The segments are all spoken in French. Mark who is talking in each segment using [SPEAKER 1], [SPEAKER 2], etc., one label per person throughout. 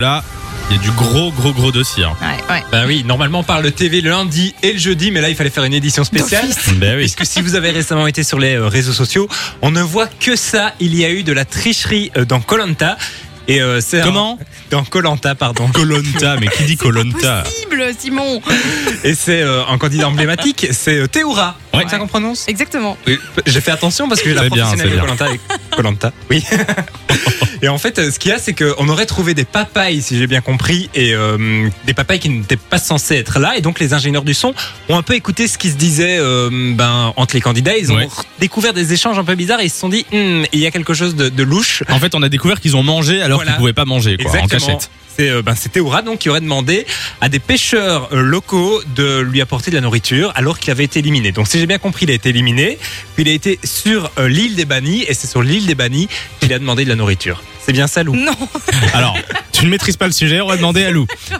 [SPEAKER 1] Là, il y a du gros, gros, gros dossier. hein.
[SPEAKER 2] Ouais, ouais.
[SPEAKER 3] Bah oui, normalement on parle de TV le lundi et le jeudi, mais là il fallait faire une édition spéciale. Ah
[SPEAKER 1] Ben oui.
[SPEAKER 3] Puisque si vous avez récemment été sur les euh, réseaux sociaux, on ne voit que ça. Il y a eu de la tricherie euh, dans Colanta. Et euh, c'est un-
[SPEAKER 1] Comment
[SPEAKER 3] Dans Colanta, pardon.
[SPEAKER 1] Colonta, mais qui dit Colonta
[SPEAKER 2] Possible, Simon.
[SPEAKER 3] Et c'est euh, un candidat emblématique, c'est euh, Théoura.
[SPEAKER 1] Ouais.
[SPEAKER 3] C'est ça qu'on prononce
[SPEAKER 2] Exactement.
[SPEAKER 3] Oui, j'ai fait attention parce que la
[SPEAKER 1] C'est bien,
[SPEAKER 3] professionnelle
[SPEAKER 1] c'est
[SPEAKER 3] de
[SPEAKER 1] bien.
[SPEAKER 3] Colanta Colanta. Oui. et en fait, euh, ce qu'il y a, c'est qu'on aurait trouvé des papayes, si j'ai bien compris, et euh, des papayes qui n'étaient pas censées être là. Et donc, les ingénieurs du son ont un peu écouté ce qui se disait euh, ben, entre les candidats. Ils ont
[SPEAKER 1] Ouais.
[SPEAKER 3] découvert des échanges un peu bizarres et ils se sont dit, Hmm, il y a quelque chose de, de louche.
[SPEAKER 1] En fait, on a découvert qu'ils ont mangé alors
[SPEAKER 3] Voilà.
[SPEAKER 1] qu'ils pouvaient pas manger, quoi, en
[SPEAKER 3] Exactement.
[SPEAKER 1] cachette.
[SPEAKER 3] C'est euh, ben, c'est Théoura donc qui aurait demandé à des pêcheurs euh, locaux de lui apporter de la nourriture alors qu'il avait été éliminé. Donc si j'ai bien compris, il a été éliminé, puis il a été sur euh, l'île des Bannis et c'est sur l'île des Bannis qu'il a demandé de la nourriture. C'est bien ça, Lou
[SPEAKER 2] Non.
[SPEAKER 1] Alors, tu ne maîtrises pas le sujet, on va demander à Lou.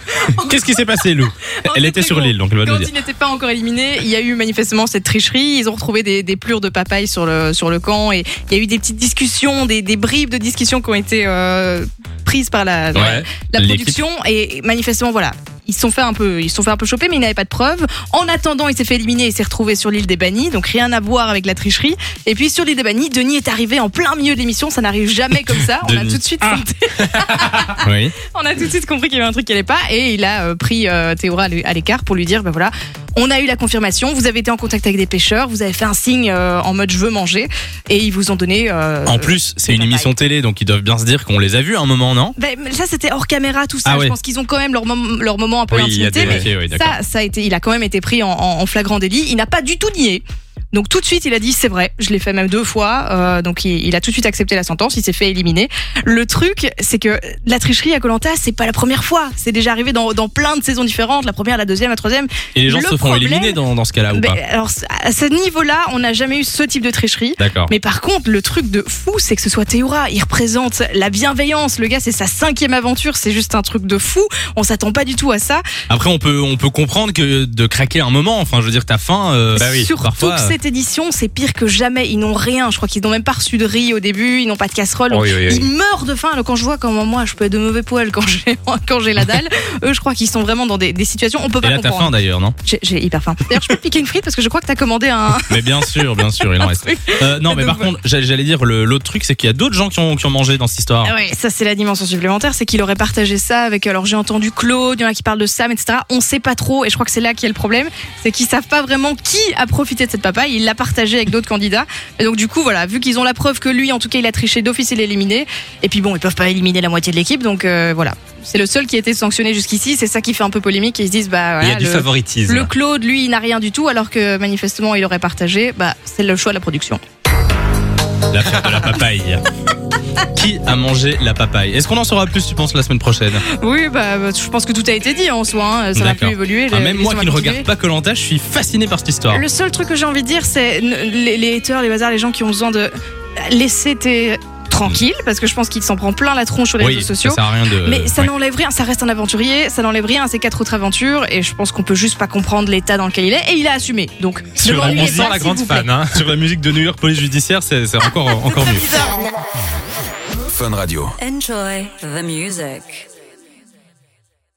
[SPEAKER 1] Qu'est-ce qui s'est passé, Lou Elle était sur l'île, donc elle va nous
[SPEAKER 2] Quand
[SPEAKER 1] dire.
[SPEAKER 2] il n'était pas encore éliminé, il y a eu manifestement cette tricherie. Ils ont retrouvé des, des plures de papaye sur le, sur le camp et il y a eu des petites discussions, des, des bribes de discussions qui ont été euh, prises par la,
[SPEAKER 1] Ouais,
[SPEAKER 2] la
[SPEAKER 1] l'équipe.
[SPEAKER 2] production. Et manifestement, voilà. Ils se sont fait un peu, ils se sont fait un peu choper, mais il n'avait pas de preuves. En attendant, il s'est fait éliminer et s'est retrouvé sur l'île des bannis, donc rien à voir avec la tricherie. Et puis sur l'île des bannis, Denis est arrivé en plein milieu de l'émission. Ça n'arrive jamais comme ça. On a
[SPEAKER 1] Denis.
[SPEAKER 2] tout de suite
[SPEAKER 1] Ah.
[SPEAKER 2] senti-
[SPEAKER 1] Oui.
[SPEAKER 2] on a tout de suite compris qu'il y avait un truc qui allait pas et il a euh, pris euh, Théora à l'é- à l'écart pour lui dire ben voilà, on a eu la confirmation, vous avez été en contact avec des pêcheurs, vous avez fait un signe euh, en mode je veux manger et ils vous ont donné. euh,
[SPEAKER 1] En plus, c'est une
[SPEAKER 2] pareil.
[SPEAKER 1] émission télé, donc ils doivent bien se dire qu'on les a vus à un moment, non
[SPEAKER 2] ben, mais ça c'était hors caméra tout ça.
[SPEAKER 1] Ah
[SPEAKER 2] je
[SPEAKER 1] ouais.
[SPEAKER 2] pense qu'ils ont quand même leur, mom- leur moment un peu
[SPEAKER 1] Oui, il y a
[SPEAKER 2] d'intimité,
[SPEAKER 1] des.
[SPEAKER 2] mais
[SPEAKER 1] Ok, oui, d'accord.
[SPEAKER 2] ça, ça a été, il a quand même été pris en, en- en flagrant délit. Il n'a pas du tout nié. Donc tout de suite, il a dit c'est vrai, je l'ai fait même deux fois. Euh, donc il, il a tout de suite accepté la sentence, il s'est fait éliminer. Le truc, c'est que la tricherie à Colanta, c'est pas la première fois. C'est déjà arrivé dans, dans plein de saisons différentes, la première, la deuxième, la troisième.
[SPEAKER 1] Et les gens
[SPEAKER 2] le
[SPEAKER 1] se font
[SPEAKER 2] problème- ben,
[SPEAKER 1] éliminer dans, dans ce cas-là ou
[SPEAKER 2] Mais
[SPEAKER 1] pas
[SPEAKER 2] alors à ce niveau-là, on n'a jamais eu ce type de tricherie.
[SPEAKER 1] D'accord.
[SPEAKER 2] Mais par contre, le truc de fou, c'est que ce soit Théora. Il représente la bienveillance. Le gars, c'est sa cinquième aventure. C'est juste un truc de fou. On s'attend pas du tout à ça.
[SPEAKER 1] Après, on peut, on peut comprendre que de craquer un moment, enfin, je veux dire, t'as faim. euh,
[SPEAKER 2] Bah Surtout
[SPEAKER 1] parfois,
[SPEAKER 2] que
[SPEAKER 1] euh,
[SPEAKER 2] cette édition, c'est pire que jamais. Ils n'ont rien. Je crois qu'ils n'ont même pas reçu de riz au début. Ils n'ont pas de casserole.
[SPEAKER 3] Oui, oui, oui.
[SPEAKER 2] Ils meurent de faim. Alors, quand je vois comment moi, je peux être de mauvais poil quand j'ai quand j'ai la dalle. Eux, je crois qu'ils sont vraiment dans des, des situations. On peut
[SPEAKER 1] Et
[SPEAKER 2] pas
[SPEAKER 1] là, t'as faim
[SPEAKER 2] comprendre.
[SPEAKER 1] d'ailleurs, non
[SPEAKER 2] J'ai- J'ai hyper faim. D'ailleurs, je peux te piquer une frite parce que je crois que t'as commandé un.
[SPEAKER 1] Mais bien sûr, bien sûr, il en reste. Euh, non, mais
[SPEAKER 2] Donc,
[SPEAKER 1] par contre, j'allais j'allais dire, le- l'autre truc, c'est qu'il y a d'autres gens qui ont, qui ont mangé dans cette histoire.
[SPEAKER 2] Ah ouais, ça c'est la dimension supplémentaire, c'est qu'il aurait partagé ça avec. Alors j'ai entendu Claude, il y en a qui parlent de Sam, etc. On sait pas trop, et je crois que c'est là qu'il y a le problème, c'est qu'ils savent pas vraiment qui a profité de cette papaye. Il l'a partagé avec d'autres candidats, et donc du coup voilà, vu qu'ils ont la preuve que lui, en tout cas, il a triché d'office, il est éliminé. Et puis bon, ils peuvent pas éliminer la moitié de l'équipe, donc euh, voilà, c'est le seul qui a été sanctionné jusqu'ici. C'est ça qui fait un peu polémique, et ils se disent bah
[SPEAKER 3] Il y a
[SPEAKER 2] voilà,
[SPEAKER 3] du
[SPEAKER 2] le,
[SPEAKER 3] favoritisme.
[SPEAKER 2] le Claude, lui, il n'a rien du tout, alors que manifestement il aurait partagé. Bah c'est le choix de la production.
[SPEAKER 1] L'affaire de la papaye. Qui a mangé la papaye Est-ce qu'on en saura plus, tu penses, la semaine prochaine
[SPEAKER 2] Oui, bah bah, je pense que tout a été dit en soi, hein, ça va plus
[SPEAKER 1] D'accord.
[SPEAKER 2] évoluer.
[SPEAKER 1] Ah,
[SPEAKER 2] les-
[SPEAKER 1] Même
[SPEAKER 2] les
[SPEAKER 1] moi
[SPEAKER 2] gens
[SPEAKER 1] qui ne
[SPEAKER 2] vont
[SPEAKER 1] regarde
[SPEAKER 2] continuer.
[SPEAKER 1] pas Colanta, je suis fasciné par cette histoire.
[SPEAKER 2] Le seul truc que j'ai envie de dire, c'est n- les, les haters, les bazars, les gens qui ont besoin de laisser tes tranquilles, parce que je pense qu'il s'en prend plein la tronche sur les
[SPEAKER 1] Oui,
[SPEAKER 2] réseaux sociaux.
[SPEAKER 1] ça sert à rien de.
[SPEAKER 2] mais ça
[SPEAKER 1] ouais.
[SPEAKER 2] n'enlève rien, ça reste un aventurier, ça n'enlève rien à ses quatre autres aventures, et je pense qu'on peut juste pas comprendre l'état dans lequel il est, et il a assumé. Donc,
[SPEAKER 1] Sur
[SPEAKER 2] ne
[SPEAKER 1] la-
[SPEAKER 2] l'ennuyez
[SPEAKER 1] on
[SPEAKER 2] pas,
[SPEAKER 1] sent la
[SPEAKER 2] s'il
[SPEAKER 3] grande
[SPEAKER 2] vous plaît.
[SPEAKER 3] fan. hein.
[SPEAKER 1] Sur la musique de New York Police Judiciaire, c'est c'est encore, encore mieux.
[SPEAKER 4] Fun Radio.
[SPEAKER 5] Enjoy the music.